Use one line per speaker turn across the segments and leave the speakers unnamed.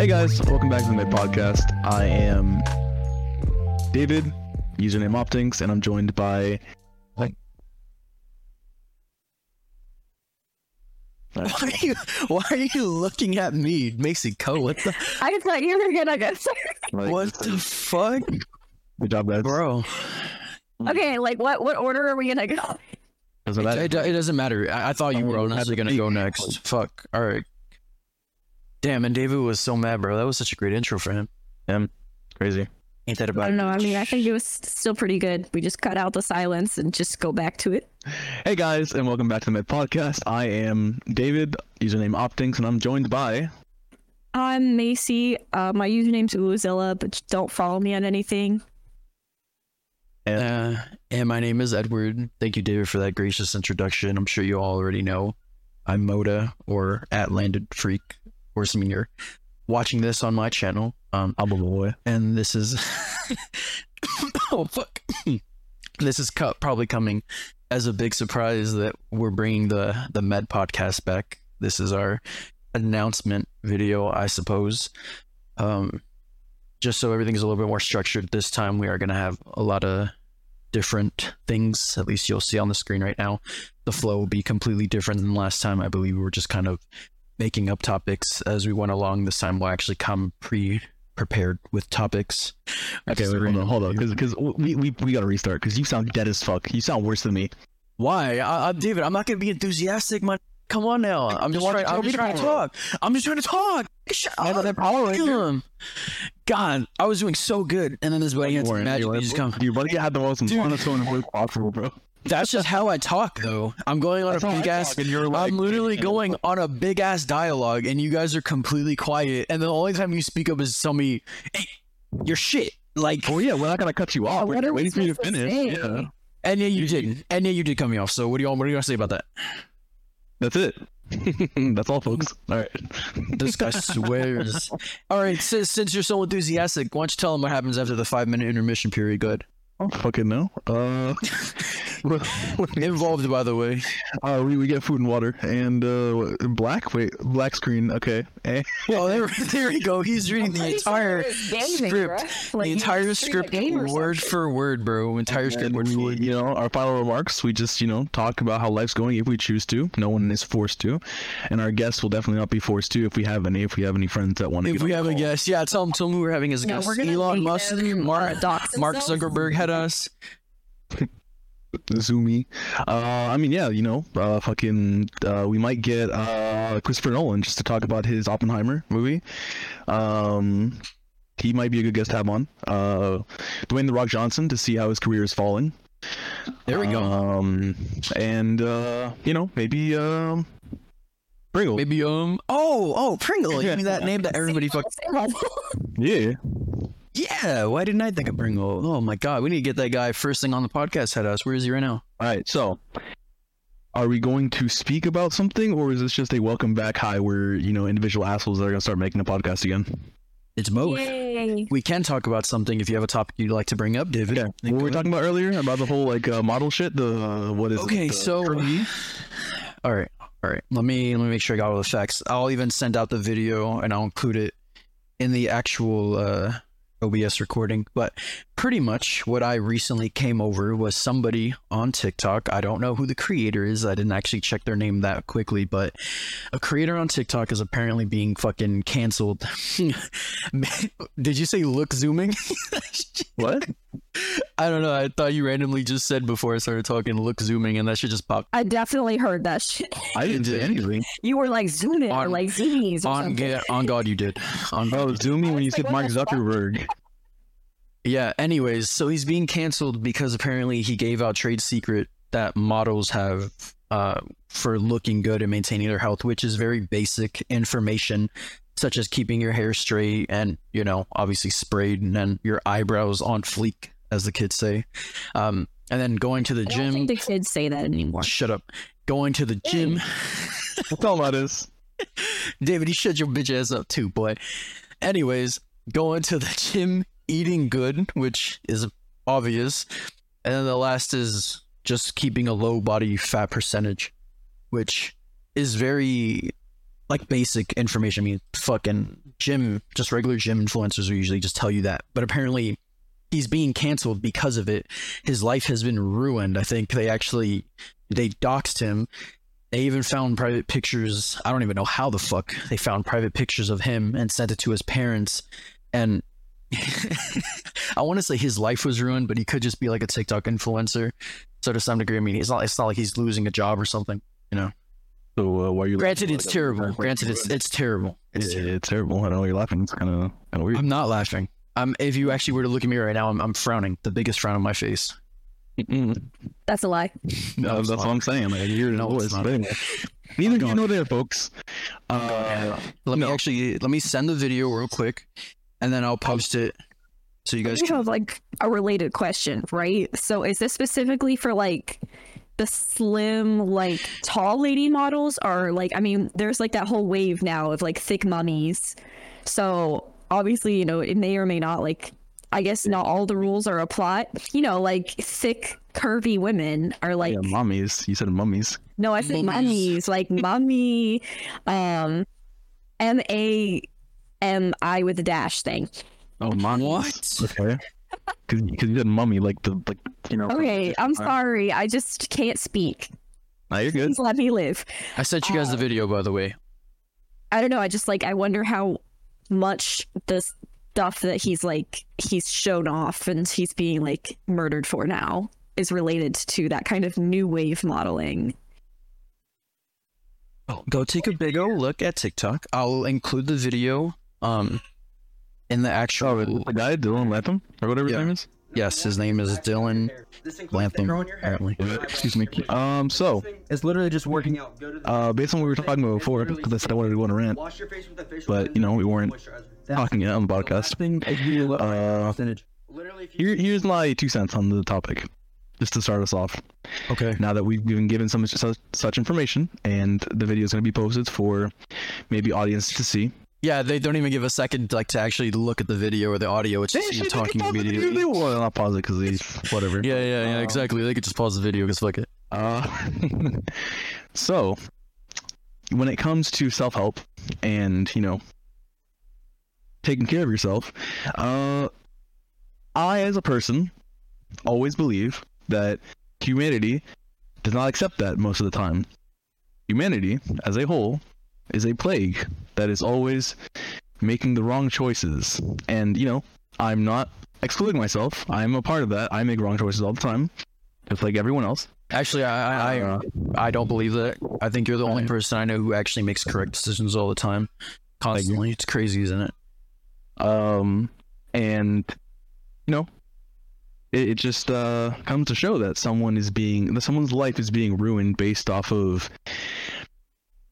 Hey guys, welcome back to the Mid Podcast. I am David, username Optinx, and I'm joined by.
Hi.
Alright.
Why are you why are you looking at me, Macy Co? What the
I thought you were gonna go.
Like,
what the fuck?
Good job, guys.
Bro. Mm.
okay, like what? What order are we gonna go?
Doesn't
It,
matter.
it- it doesn't matter. I, I thought you were
Oh,
actually gonna
speak.
go next. Fuck. Alright. Damn, and David was so mad, bro. That was such a great intro for him.
Crazy.
Ain't that
I
about
don't know. I mean, I think
you
it was still pretty good. We just cut out the silence and just go back to it.
Hey guys, and welcome back to the Mid Podcast. I am David, username Optinx, and I'm joined by.
I'm Macy. Uh, my username's Uluzilla, but just don't follow me on anything.
uh, and my name is Edward. Thank you, David, for that gracious introduction. I'm sure you all already know. I'm Moda or at Landed Freak or something. You're watching this on my channel. Um,
I'm a boy.
and this is oh fuck this is co- probably coming as a big surprise that we're bringing the the med podcast back this is our announcement video i suppose um just so everything's a little bit more structured this time we are going to have a lot of different things at least you'll see on the screen right now the flow will be completely different than last time i believe we were just kind of making up topics as we went along this time we'll actually come pre prepared with topics
Okay, wait, hold on, hold on, because we, we we gotta restart because you sound dead as fuck. You sound worse than me.
Why, I, I, David? I'm not gonna be enthusiastic. My, come on now. I'm just
Why
trying.
don't you tell
I'm
me
just trying to
tomorrow?
talk. I'm just trying to talk. Shut
I have
up.
that power right
Damn. God, I was doing so good, and then this buddy
You
gets
weren't.
magic.
You
just come.
Your buddy had the most
Dude.
monotone voice possible, bro.
That's just how I talk, though. I'm going on
That's
a
how I
big ass.
talk, and you're like-
I'm literally going on a big ass dialogue, and you guys are completely quiet. And the only time you speak up is tell me, "Hey, you're shit." Like,
Oh yeah, we're not gonna cut you off. We're
what
just
are we
waiting for you to
supposed to
finish.
say?
yeah,
and yeah, you did. And yeah, you did cut me off. So what do y'all? What do you want to say about that?
that's it. that's all, folks. All right.
This guy swears. All right, since, since you're so enthusiastic, why don't you tell him what happens after the five minute intermission period? Good.
I don't fucking know. Uh,
Involved, by the way.
uh, we, we get food and water and uh, black. Wait, black screen. Okay. Eh.
Well, there, there we go. He's reading the entire script, the entire script, word for word, bro. Entire script,
And
word
we,
for word.
you know, our final remarks. We just you know talk about how life's going if we choose to. No one is forced to, and our guests will definitely not be forced to if we have any. If we have any friends that want to.
If we have a guest, yeah, tell him. Tell him who we're having as a
No,
guest.
we're gonna
Elon
make
Musk,
them,
Mark,
uh, dox
Mark
themselves.
Zuckerberg had us.
Zoomy. Uh, I mean, yeah, you know, uh, fucking, uh, we might get uh, Christopher Nolan just to talk about his Oppenheimer movie. Um, he might be a good guest to have on. Uh, Dwayne the Rock Johnson to see how his career is falling.
There we go.
Um, and uh, you know, maybe um, Pringle.
Maybe um. Oh, oh, Pringle. You mean that name that everybody fuck.
Yeah.
Yeah. Why didn't I think of Pringle? Oh my god, we need to get that guy first thing on the podcast. Had us. Where is he right now?
All right. So, are we going to speak about something, or is this just a welcome back hi where you know individual assholes that are gonna start making a podcast again?
It's both.
Yay.
We can talk about something if you have a topic you'd like to bring up, David.
Yeah,
Then
what were we
go ahead.
talking about earlier about the whole like uh, model shit? The uh, what is? it,
Okay,
the E?
so-
curvy?
All right, all right. Let me let me make sure I got all the facts. I'll even send out the video and I'll include it in the actual uh, OBS recording. But pretty much what I recently came over was somebody on TikTok. I don't know who the creator is. I didn't actually check their name that quickly, but a creator on TikTok is apparently being fucking canceled. Did you say look zooming?
what?
I don't know. I thought you randomly just said before I started talking, look zooming, and that shit just popped
I definitely heard that shit.
I didn't say anything.
You were like zooming or
On-
like zoomies or
on.
something.
Yeah, on God, you did. On
Oh, zooming when you said Mark Zuckerberg.
yeah. Anyways, so he's being canceled because apparently he gave out trade secret that models have uh, for looking good and maintaining their health, which is very basic information, such as keeping your hair straight and you know obviously sprayed and then your eyebrows on fleek, as the kids say, um, and then going to the
I don't
gym.
think the kids say that anymore.
Shut up. Going to the gym.
That's all that is.
David, you shut your bitch ass up too, boy. Anyways, going to the gym, eating good, which is obvious. And then the last is just keeping a low body fat percentage, which is very like basic information. I mean, fucking gym, just regular gym influencers will usually just tell you that. But apparently, he's being canceled because of it. His life has been ruined. I think they actually they doxed him. They even found private pictures. I don't even know how the fuck they found private pictures of him and sent it to his parents. And I want to say his life was ruined, but he could just be like a TikTok influencer. So to some degree, I mean, it's not it's not like he's losing a job or something.
So uh, why are you?
Granted, it's
Like,
terrible.
like,
Granted, it's it's terrible. It's
it's,
terrible.
it's terrible. I don't know why you're laughing. It's kind of kind of weird.
I'm not laughing. I'm, if you actually were to look at me right now, I'm, I'm frowning. The biggest frown on my face.
Mm-mm.
That's a lie.
No,
it's
that's what
not.
I'm saying. Like, you're
No,
no,
it's
it's
not.
But anyway, neither do you
going-
know there, folks. Uh,
Let me
No.
actually let me send the video real quick, and then I'll post it so you guys.
I have like a related question, right? So is this specifically for like the slim, like tall lady models, or like I mean, there's like that whole wave now of like thick mummies. So obviously, you know, it may or may not like. I guess not all the rules are applied. You know, like thick, curvy women are like
yeah, mummies. You said mummies.
No, I said
Mummies.
mummies, like mummy, um, M A M I with a dash thing.
Oh, mummies.
What?
Okay. Because you said mummy, like the like you know.
Okay, I'm sorry, I just can't speak.
Nah, you're good.
Please let me live.
I sent you guys the video by the way.
I don't know. I just like I wonder how much the stuff that he's like he's shown off and he's being like murdered for now is related to that kind of new wave modeling.
oh, Go take a big ol' look at TikTok. I'll include the video um in the
Oh,
actual.
is it the guy Dylan Latham or whatever
Yeah.
his name is.
yes, his name is Dylan Latham. Apparently,
Excuse me. Um, so
It's literally just working out. Go to the
uh, based on what we were talking about before, because I said I wanted to go on a rant,
wash your face with a facial
but you know we weren't talking on the podcast.
thing is you look
Uh,
percentage. Literally, if you
Here, here's my two cents on the topic, just to start us off.
okay.
Now that we've been given some such, such information, and the video is going to be posted for maybe audience to see.
Yeah, they don't even give a second like to actually look at the video or the audio. It's just you talking immediately.
Well, not pause it because whatever.
Yeah, yeah, yeah,
Um,
exactly. They could just pause the video because fuck it.
Uh, so, when it comes to self help and, you know, taking care of yourself, uh, I, as a person, always believe that humanity does not accept that most of the time. Humanity, as a whole, is a plague that is always making the wrong choices. And, you know, I'm not excluding myself. I'm a part of that. I make wrong choices all the time, just like everyone else.
Actually, I, I, I,
Uh,
I don't believe that. I think you're the only person I know who actually makes correct decisions all the time, constantly. It's crazy, isn't it?
um and you know it, it just uh comes to show that someone is being that someone's life is being ruined based off of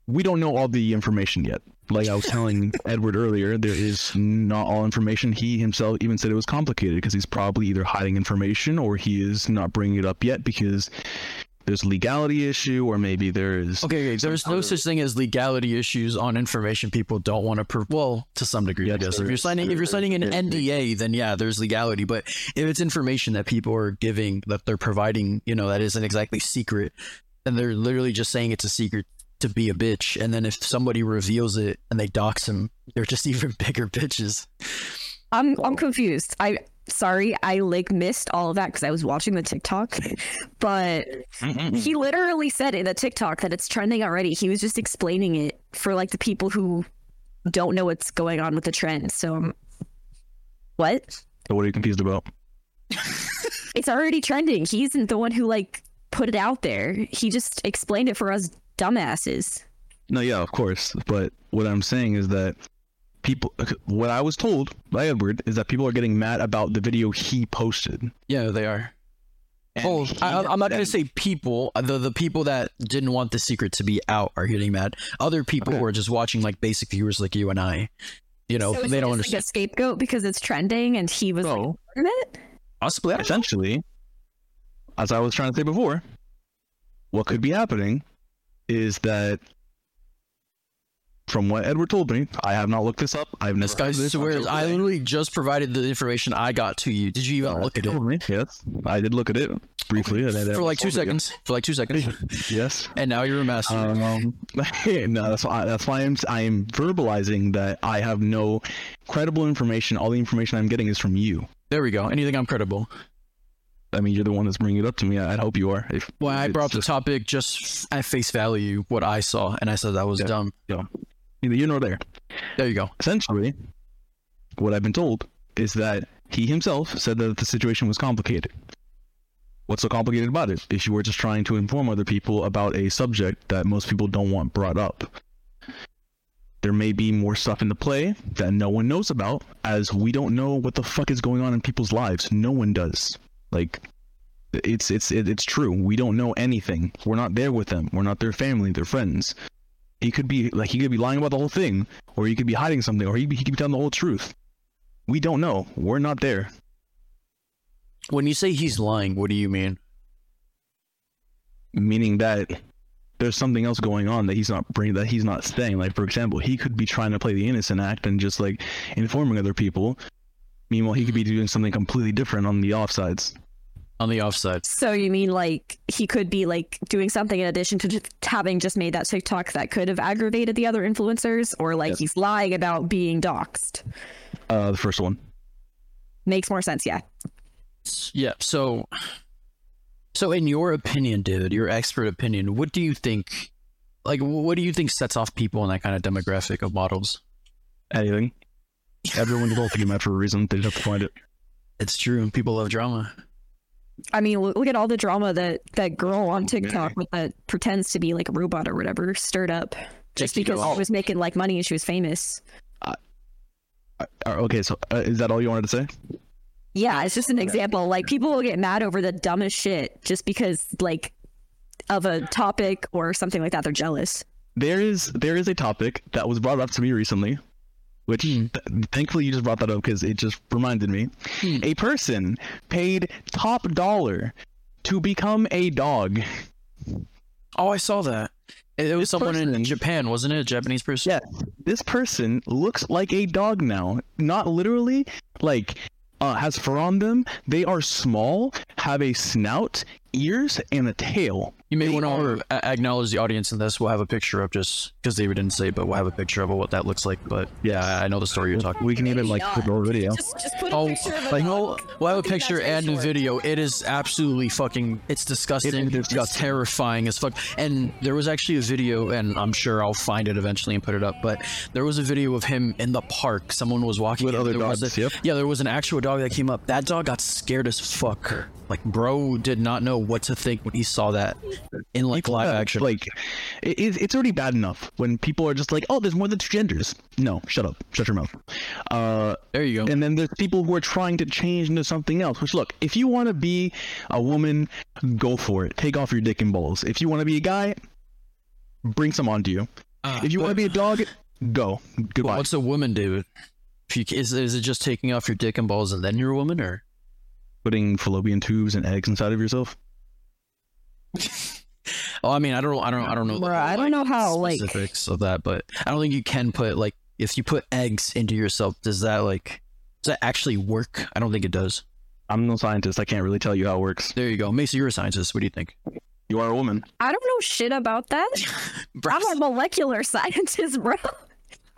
we don't know all the information yet like i was telling edward earlier there is not all information he himself even said it was complicated because he's probably either hiding information or he is not bringing it up yet because there's a legality issue or maybe there is
Okay, okay. There's no such thing as legality issues on information people don't want to. Pro- well, to some degree, I
Yes,
guess.
there
If you're
is.
signing, if you're signing an
There is.
NDA, then yeah, there's legality. But if it's information that people are giving, that they're providing, you know, that isn't exactly secret, then they're literally just saying it's a secret to be a bitch. And then if somebody reveals it and they dox them, they're just even bigger bitches.
I'm I'm confused. I sorry, I like missed all of that because I was watching the TikTok, but he literally said in the TikTok that it's trending already. He was just explaining it for like the people who don't know what's going on with the trend. So, um, what?
so what are you confused about
It's already trending. He isn't the one who like put it out there. He just explained it for us dumbasses.
No, yeah, of course. But what I'm saying is that people, what I was told by Edward is that people are getting mad about the video he posted.
Yeah, they are.
And
Oh,
he-
I, I'm not going to
and-
say people. The the people that didn't want the secret to be out are getting mad. Other people who
Okay.
are just watching, like basic viewers, like you and I, you know,
So is
they
he
don't
just, like,
understand.
a scapegoat because it's trending, and he was like,
So,
"Part of it?
Possibly, I don't know.
essentially, as I was trying to say before, what could be happening is that, from what Edward told me, I have not looked this up. I've
This
never
guy
heard of this
swears.
until
I
today.
literally just provided the information I got to you. Did you even look at it?
Told me, Yes, I did look at it. just briefly. and then-
for like two
Yeah.
seconds. For like two seconds.
Yes.
and now you're a master.
Um, no, that's why, that's why I'm I am verbalizing that I have no credible information. All the information I'm getting is from you.
there we go. And you think I'm credible?
I mean, you're the one that's bringing it up to me. I, I hope you are. If,
Well, I
it's
brought up the
just-
topic just at face value, what I saw, and I said that was
Yeah.
dumb.
neither here nor there.
There you go.
essentially, what I've been told is that he himself said that the situation was complicated. What's so complicated about it? If you were just trying to inform other people about a subject that most people don't want brought up, there may be more stuff in the play that no one knows about, as we don't know what the fuck is going on in people's lives. No one does. Like, it's it's it- it's true. We don't know anything. We're not there with them. We're not their family, their friends. He could be like he could be lying about the whole thing, or he could be hiding something, or he, he could be telling the whole truth. We don't know. We're not there.
When you say he's lying, what do you mean?
Meaning that there's something else going on that he's not bringing, that he's not saying. Like for example, he could be trying to play the innocent act and just like informing other people. Meanwhile, he could be doing something completely different on the offsides.
On the offside.
So you mean like he could be like doing something in addition to just having just made that TikTok that could have aggravated the other influencers, or like
Yes.
he's lying about being doxxed?
Uh, the first one.
Makes more sense, yeah.
Yeah. So, so in your opinion, David, your expert opinion, what do you think? Like, wh- what do you think sets off people in that kind of demographic of models?
Anything. Everyone's both of them after a reason. They just have to find it.
It's true. People love drama.
I mean, lo- look at all the drama that that girl on
Okay.
TikTok with that pretends to be like a robot or whatever stirred up just
Nikki
because
Doll.
she was making like money and she was famous.
Uh, okay, so uh, is that all you wanted to say?
Yeah, it's just an example. Like people will get mad over the dumbest shit just because like of a topic or something like that. They're jealous.
there is there is a topic that was brought up to me recently which
Hmm.
th- thankfully you just brought that up because it just reminded me
Hmm.
a person paid top dollar to become a dog
Oh, I saw that. It, it was someone in
person-
Japan, wasn't it? A Japanese person.
Yeah. this person looks like a dog now not literally like uh, has fur on them they are small have a snout ears and a tail
You may
They
want to acknowledge the audience in this. We'll have a picture up just because David didn't say, it, but we'll have a picture of what that looks like. But yeah, I- I know the story you're talking.
we can even like put a video
Just, just put
Oh, like, no, we'll have a picture and a video. It is absolutely fucking. It's disgusting.
It is
It's
disgusting.
terrifying as fuck. And there was actually a video, and I'm sure I'll find it eventually and put it up. But there was a video of him in the park. Someone was walking
With
and
other
there was
dogs,
a-
yep.
Yeah, there was an actual dog that came up. That dog got scared as fuck. Like, bro, did not know what to think when he saw that in like live
Yeah,
action.
Like, it, it- it's already bad enough when people are just like, "Oh, there's more than two genders." No, shut up, shut your mouth. Uh,
there you go.
and then there's people who are trying to change into something else. Which, look, if you want to be a woman, go for it. Take off your dick and balls. If you want to be a guy, bring some onto you.
Uh,
If you want to
but-
be a dog, go.
But
Goodbye.
What's a woman, David? If you, is, is it just taking off your dick and balls and then you're a woman, or
Putting fallopian tubes and eggs inside of yourself.
oh, I mean, I don't, I don't, I don't know. the
Bruh, I
whole,
don't know how, like-
specifics of that, but I don't think you can put like if you put eggs into yourself, does that like does that actually work? I don't think it does.
I'm no scientist. I can't really tell you how it works.
There you go, Macy. You're a scientist. What do you think?
You are a woman.
I don't know shit about that. I'm a molecular scientist, bro.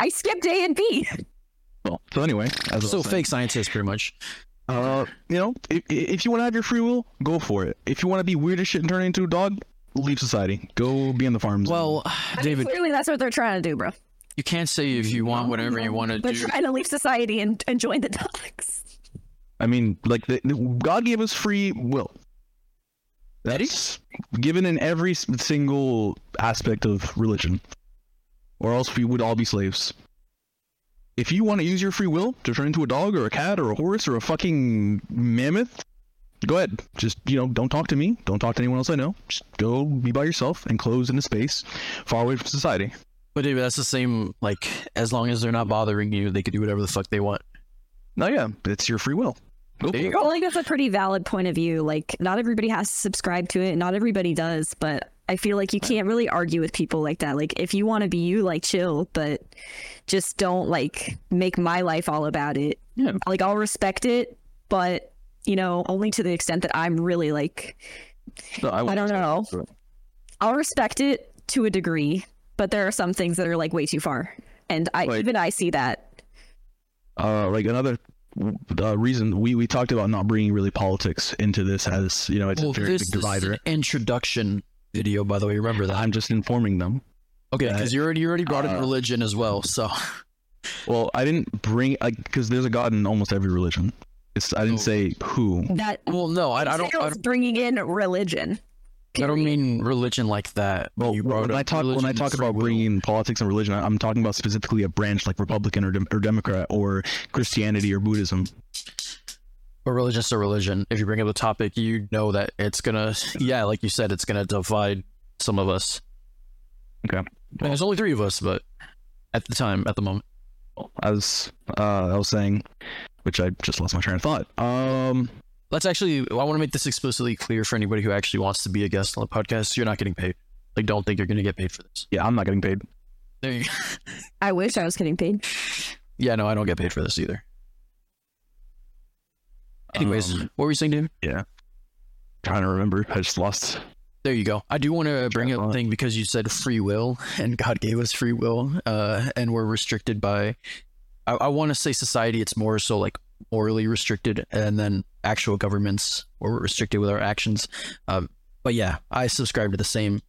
I skipped A and B.
Well, so anyway, as I
so
was saying-
fake scientist, pretty much.
Uh, you know, if, if you want to have your free will, go for it. If you want to be weird as shit and turn into a dog, leave society. Go be in the farms.
Well, David,
Clearly, that's what they're trying to do, bro.
you can't say if you want whatever you want to
They're
do.
trying to leave society and, and join the dogs.
I mean, like the, the- God gave us free will. That's given in every s- single aspect of religion, or else we would all be slaves. If you want to use your free will to turn into a dog or a cat or a horse or a fucking mammoth, go ahead. Just you know, don't talk to me. Don't talk to anyone else I know. Just go be by yourself, enclosed in a space, far away from society.
But David, that's the same. Like as long as they're not bothering you, they could do whatever the fuck they want.
No, yeah, it's your free will. Go
Oh, There
for
you
it.
I feel like that's a pretty valid point of view. Like, not everybody has to subscribe to it. Not everybody does, but I feel like you can't really argue with people like that. Like, if you want to be you, like, chill, but just don't like make my life all about it.
Yeah.
Like, I'll respect it, but you know, only to the extent that I'm really like,
No,
Oh,
I don't know. I'll respect it to a degree, but there are some things that are like way too far. And I
Like-
even I see that.
uh, like another uh, reason we, we talked about not bringing really politics into this as you know it's
Well,
a very
this
big
is an
divider.
introduction video, by the way. Remember that.
I'm just informing them.
Okay,
that-
because you already you already brought in
uh,
religion as well. So
Well, I didn't bring because there's a god in almost every religion. It's I didn't
Oh.
say who.
That
well, no, I, I don't. I
was
don't
bringing in religion.
I don't mean religion like that.
Well,
You brought
when
up
I talk when
religion
I
and
talk
free
about
will.
bringing in politics and religion, I- I'm talking about specifically a branch like Republican or, Dem- or Democrat or Christianity or Buddhism.
or religion's to religion. If you bring up the topic, you know that it's gonna, yeah, like you said, it's gonna divide some of us.
Okay.
Well, there's only three of us, but at the time, at the moment,
As uh, I was saying, which I just lost my train of thought. Um,
let's actually. I want to make this explicitly clear for anybody who actually wants to be a guest on the podcast. You're not getting paid. Like, don't think you're gonna get paid for this.
yeah, I'm not getting paid.
There you go.
I wish I was getting paid.
Yeah, no, I don't get paid for this either. Anyways,
Um,
what were you saying, David?
trying to remember, I just lost
There you go. I do want to bring up a
thought.
thing because you said free will, and God gave us free will, uh, and we're restricted by. I, I want to say society. It's more so like morally restricted, and then actual governments where we're restricted with our actions. Um, but yeah, I subscribe to the same.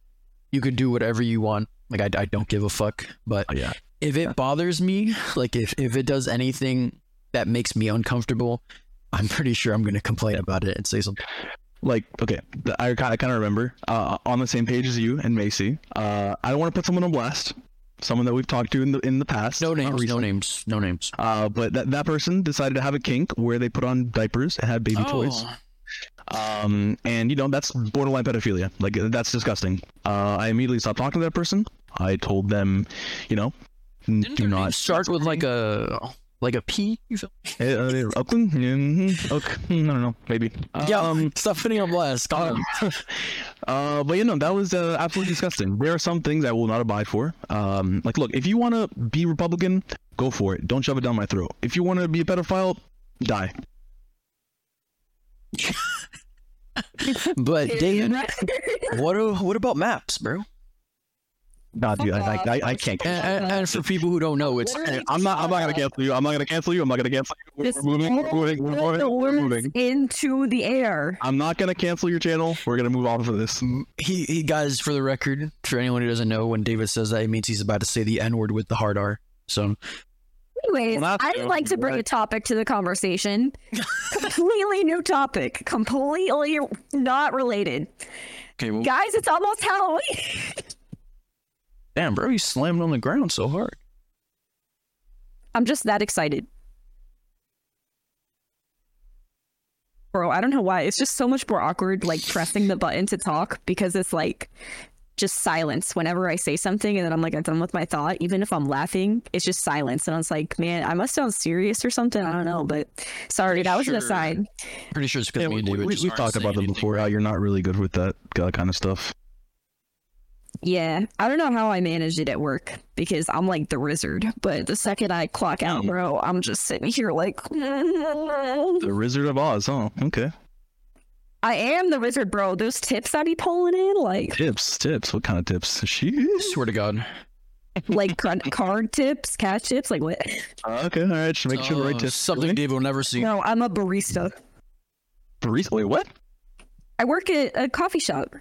You can do whatever you want. Like I, I don't give a fuck. But
Oh, yeah.
if it bothers me, like if if it does anything that makes me uncomfortable, I'm pretty sure I'm going to complain about it and say something.
like okay th- i kind of kind of remember uh, on the same page as you and macy uh, i don't want to put someone on blast someone that we've talked to in the in the past
No
not
names. No
recently.
names. No names.
uh, but that, that person decided to have a kink where they put on diapers and had
Oh.
baby toys um, and you know that's borderline pedophilia like uh, that's disgusting uh, i immediately stopped talking to that person i told them you know n- do not
start with like a like a P. You feel?
uh, uh, Upland? Mhm. okay Hmm, i don't know maybe um,
stop putting on blast.
Uh, uh, but you know that was uh, absolutely disgusting. There are some things I will not abide for. Um, like, look, if you want to be Republican, go for it. Don't shove it down my throat. If you want to be a pedophile, die.
but Dan, what a- what about maps, bro?
Nah, dude, I, I, I, I can't.
And, and, and for people who don't know, it's
Literally
I'm not. I'm not gonna cancel you. I'm not gonna cancel you. I'm not gonna cancel you. We're,
Just
we're moving. We're
throw
moving. We're
the
moving. We're
words
moving.
into the air.
I'm not gonna cancel your channel. We're gonna move off of this.
he, he guys for the record. For anyone who doesn't know, when David says that, it means he's about to say the N word with the hard R. So
Anyways,
Well, that's
I'd
true.
like to bring a topic to the conversation. completely new topic. Completely not related.
okay, well,
Guys, it's almost Halloween.
damn, bro, he slammed on the ground so hard.
I'm just that excited. Bro, I don't know why. It's just so much more awkward, like pressing the button to talk because it's like just silence whenever I say something and then I'm like, I'm done with my thought. Even if I'm laughing, it's just silence. And I was like, man, I must sound serious or something. I don't know, but sorry, that was
Sure.
an aside.
Pretty sure it's because
Yeah,
me
we,
and
we,
David
we,
just
have
aren't
talked
saying
about that
anything.
before. How you're not really good with that uh, kind of stuff.
Yeah, I don't know how I managed it at work because I'm like the wizard. But the second I clock out, bro, I'm just sitting here like,
The Wizard of Oz. Oh, okay.
I am the wizard, bro. Those tips that he pulling in, like
Tips. Tips. What kind of tips? She.
Swear to God.
like credit card tips, cash tips, like what?
Okay. All right. Should make sure the right
Uh,
tips.
Something David will never see.
No, I'm a barista.
Barista. Wait, what?
I work at a coffee shop.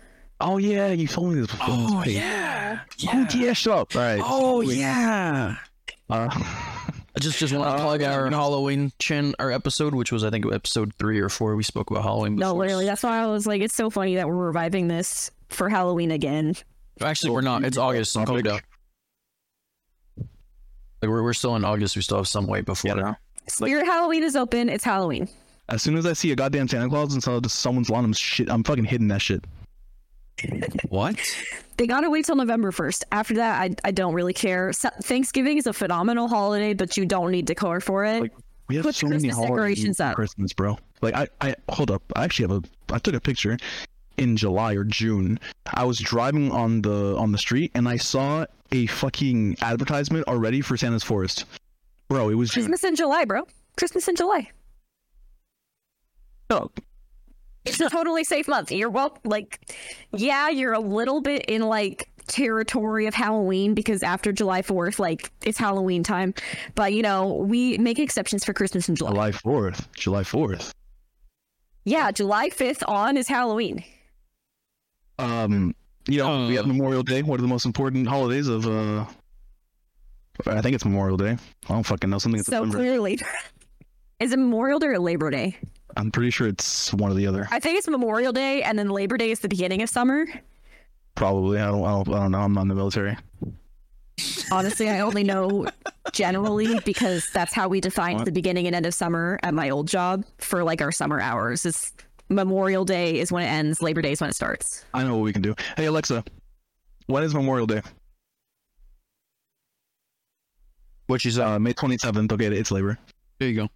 Oh yeah, you told me this before.
Oh
Wait.
yeah.
Oh yeah, shut up. All right.
Oh yeah.
Uh,
I just just want to
Uh,
plug our Halloween chin our episode, which was I think episode three or four. We spoke about Halloween.
No,
before.
literally, that's why I was like, it's so funny that we're reviving this for Halloween again.
Actually, we're not. It's August. so Calm
Topic.
down. Like we're, we're still in August. We still have some way before.
Yeah.
Spirit Halloween is open. It's Halloween.
as soon as I see a goddamn Santa Claus inside of someone's lawn, I'm shit. I'm fucking hitting that shit.
What?
They gotta wait till November first. After that, I, I don't really care. So, Thanksgiving is a phenomenal holiday, but you don't need decor for it.
Like, We have
Put
so many
Christmas
holidays
decorations
for
up.
Christmas, bro. Like I, I hold up. I actually have a. I took a picture in July or June. I was driving on the on the street and I saw a fucking advertisement already for Santa's Forest. Bro, it was June.
Christmas in July, bro. Christmas in July.
up.
It's a totally safe month. You're well, like, yeah, you're a little bit in like territory of Halloween because after July 4th, like, it's Halloween time. But, you know, we make exceptions for Christmas and July.
July fourth. July fourth.
Yeah, July 5th on is Halloween.
Um, you know, we have
Uh.
Memorial Day, one of the most important holidays of. uh I think it's Memorial Day. I don't fucking know something. in
So
September.
clearly. Is it Memorial Day or Labor Day?
I'm pretty sure it's one or the other.
I think it's Memorial Day, and then Labor Day is the beginning of summer.
Probably. I don't. I don't, I don't know. I'm not in the military.
Honestly, I only know generally because that's how we defined
What?
the beginning and end of summer at my old job for like our summer hours. It's Memorial Day is when it ends, Labor Day is when it starts.
I know what we can do. Hey Alexa, when is Memorial Day?
What you said?
Uh, May 27th. Okay, it's labor.
There you go.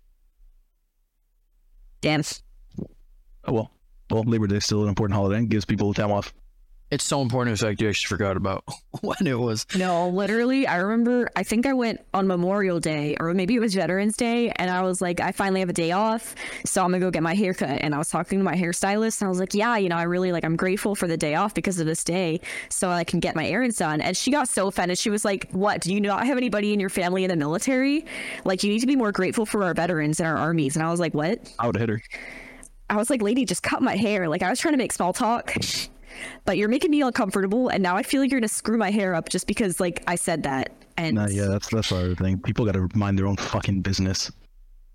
Damn.
Oh well. Well, Labor Day is still an important holiday. It gives people time off.
It's so important. In fact, you actually forgot about when it was.
No, literally, I remember, I think I went on Memorial Day or maybe it was Veterans Day, and I was like, I finally have a day off, so I'm gonna go get my hair cut. And I was talking to my hairstylist, and I was like, Yeah, you know, I really like, I'm grateful for the day off because of this day, so I can get my errands done. And she got so offended. She was like, What? Do you not have anybody in your family in the military? Like, you need to be more grateful for our veterans and our armies. And I was like, What?
I would hit her.
I was like, lady, just cut my hair. Like, I was trying to make small talk, but you're making me uncomfortable. And now I feel like you're going to screw my hair up just because, like, I said that. And
No, yeah, that's that's our thing. People gotta mind their own fucking business.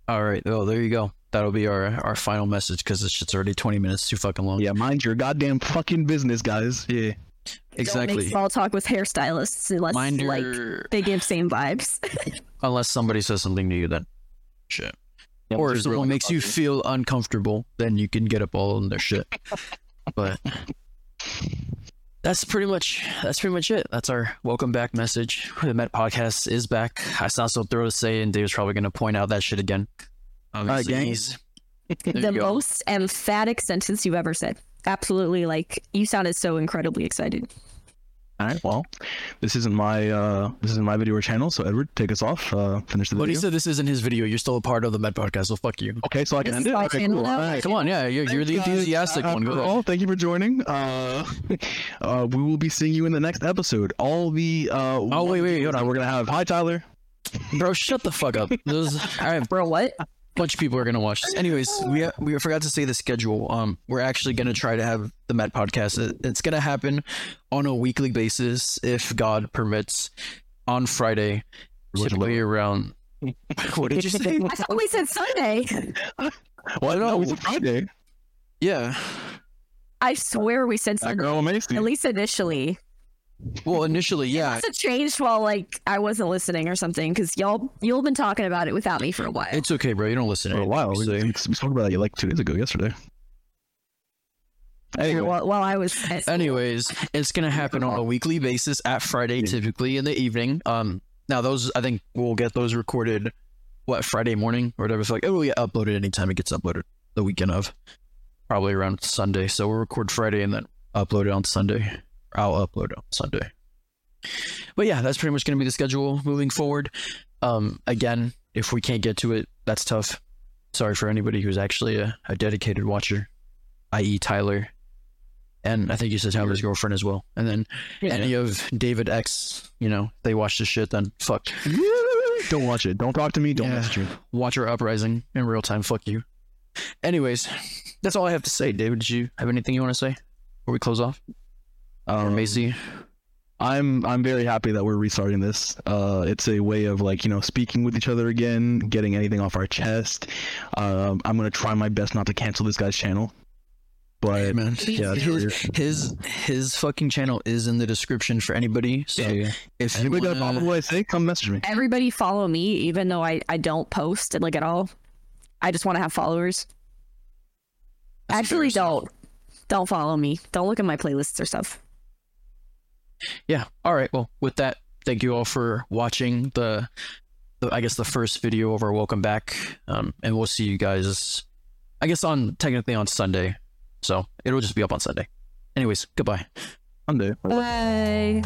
All right. Oh, there you go. That'll be our our final message because this shit's already 20 minutes too fucking long.
Yeah, mind your goddamn fucking business, guys. Yeah.
Don't make
Exactly.
small talk with hairstylists unless,
Mind
like,
your,
they give same vibes.
unless somebody says something to you then. Shit. or if
just
someone
really
makes you feel uncomfortable, then you can get up all in their shit. but that's pretty much that's pretty much it. That's our welcome back message. The Met Podcast is back. I sound so thrilled to say, and Dave's probably gonna point out that shit again. Obviously,
gang.
he's-
the
you go.
most emphatic sentence you've ever said. Absolutely. Like, you sounded so incredibly excited.
All right. Well, this isn't my uh this isn't my video or channel. So Edward, take us off. Uh, finish the
But he
video.
said this isn't his video. You're still a part of the Met Podcast, so fuck you.
Okay, so I can
This
end
is
it.
my
Okay,
channel
cool.
now?
All right.
Come on, yeah, you're, you're the
Thanks, guys.
enthusiastic
Uh,
one. Go
for
ahead.
all, thank you for joining. Uh, uh, we will be seeing you in the next episode. All the uh,
Oh wait, wait,
Hold
hold on,
on, we're gonna have hi Tyler.
bro, shut the fuck up. Those, all right,
Bro, what?
bunch of people are gonna watch this. Anyways, we we forgot to say the schedule. Um, we're actually gonna try to have the Met podcast. It- it's gonna happen on a weekly basis if God permits. On Friday,
Lord,
typically around. what did you say?
I thought we said Sunday.
Well,
no,
it's a Friday.
yeah.
I swear we said
That
Sunday.
girl
At
amazing.
least initially.
Well, initially, yeah.
It's a changed while like I wasn't listening or something because y'all y'all been talking about it without me for a while.
It's okay, bro. You don't listen.
For a
to
while, we, we talked about that like two days ago, yesterday. Anyway,
while, while I was eh, at school.
Anyways, it's gonna happen on a weekly basis at Friday, typically in the evening. Um, now those I think we'll get those recorded, what Friday morning or whatever. So like it will get uploaded anytime it gets uploaded the weekend of, probably around Sunday. So we'll record Friday and then upload it on Sunday. I'll upload it on Sunday. But yeah, that's pretty much gonna be the schedule moving forward. Um, again, if we can't get to it, that's tough. Sorry for anybody who's actually a, a dedicated watcher, i.e., Tyler and I think you said Tyler's girlfriend as well. And then any of David X, you know, they watch this shit, then fuck.
don't watch it. Don't talk to me. Don't
Yeah.
message me.
Watch our uprising in real time. Fuck you. Anyways, that's all I have to say. David, did you have anything you want to say before we close off? Or
Um,
Macy?
I'm I'm very happy that we're restarting this. Uh, it's a way of like you know speaking with each other again, getting anything off our chest. Um, I'm gonna try my best not to cancel this guy's channel, but
man.
yeah, it's weird.
His his fucking channel is in the description for anybody. So uh, if you
anybody got a
wanna-
problem with what I say, come message me.
everybody follow me even though I I don't post like at all. I just want to have followers.
That's
Actually,
embarrassing.
don't don't follow me. Don't look at my playlists or stuff.
yeah all right well with that thank you all for watching the, the i guess the first video of our welcome back um and we'll see you guys i guess on technically on sunday so it'll just be up on sunday anyways goodbye
I'm there.
Bye.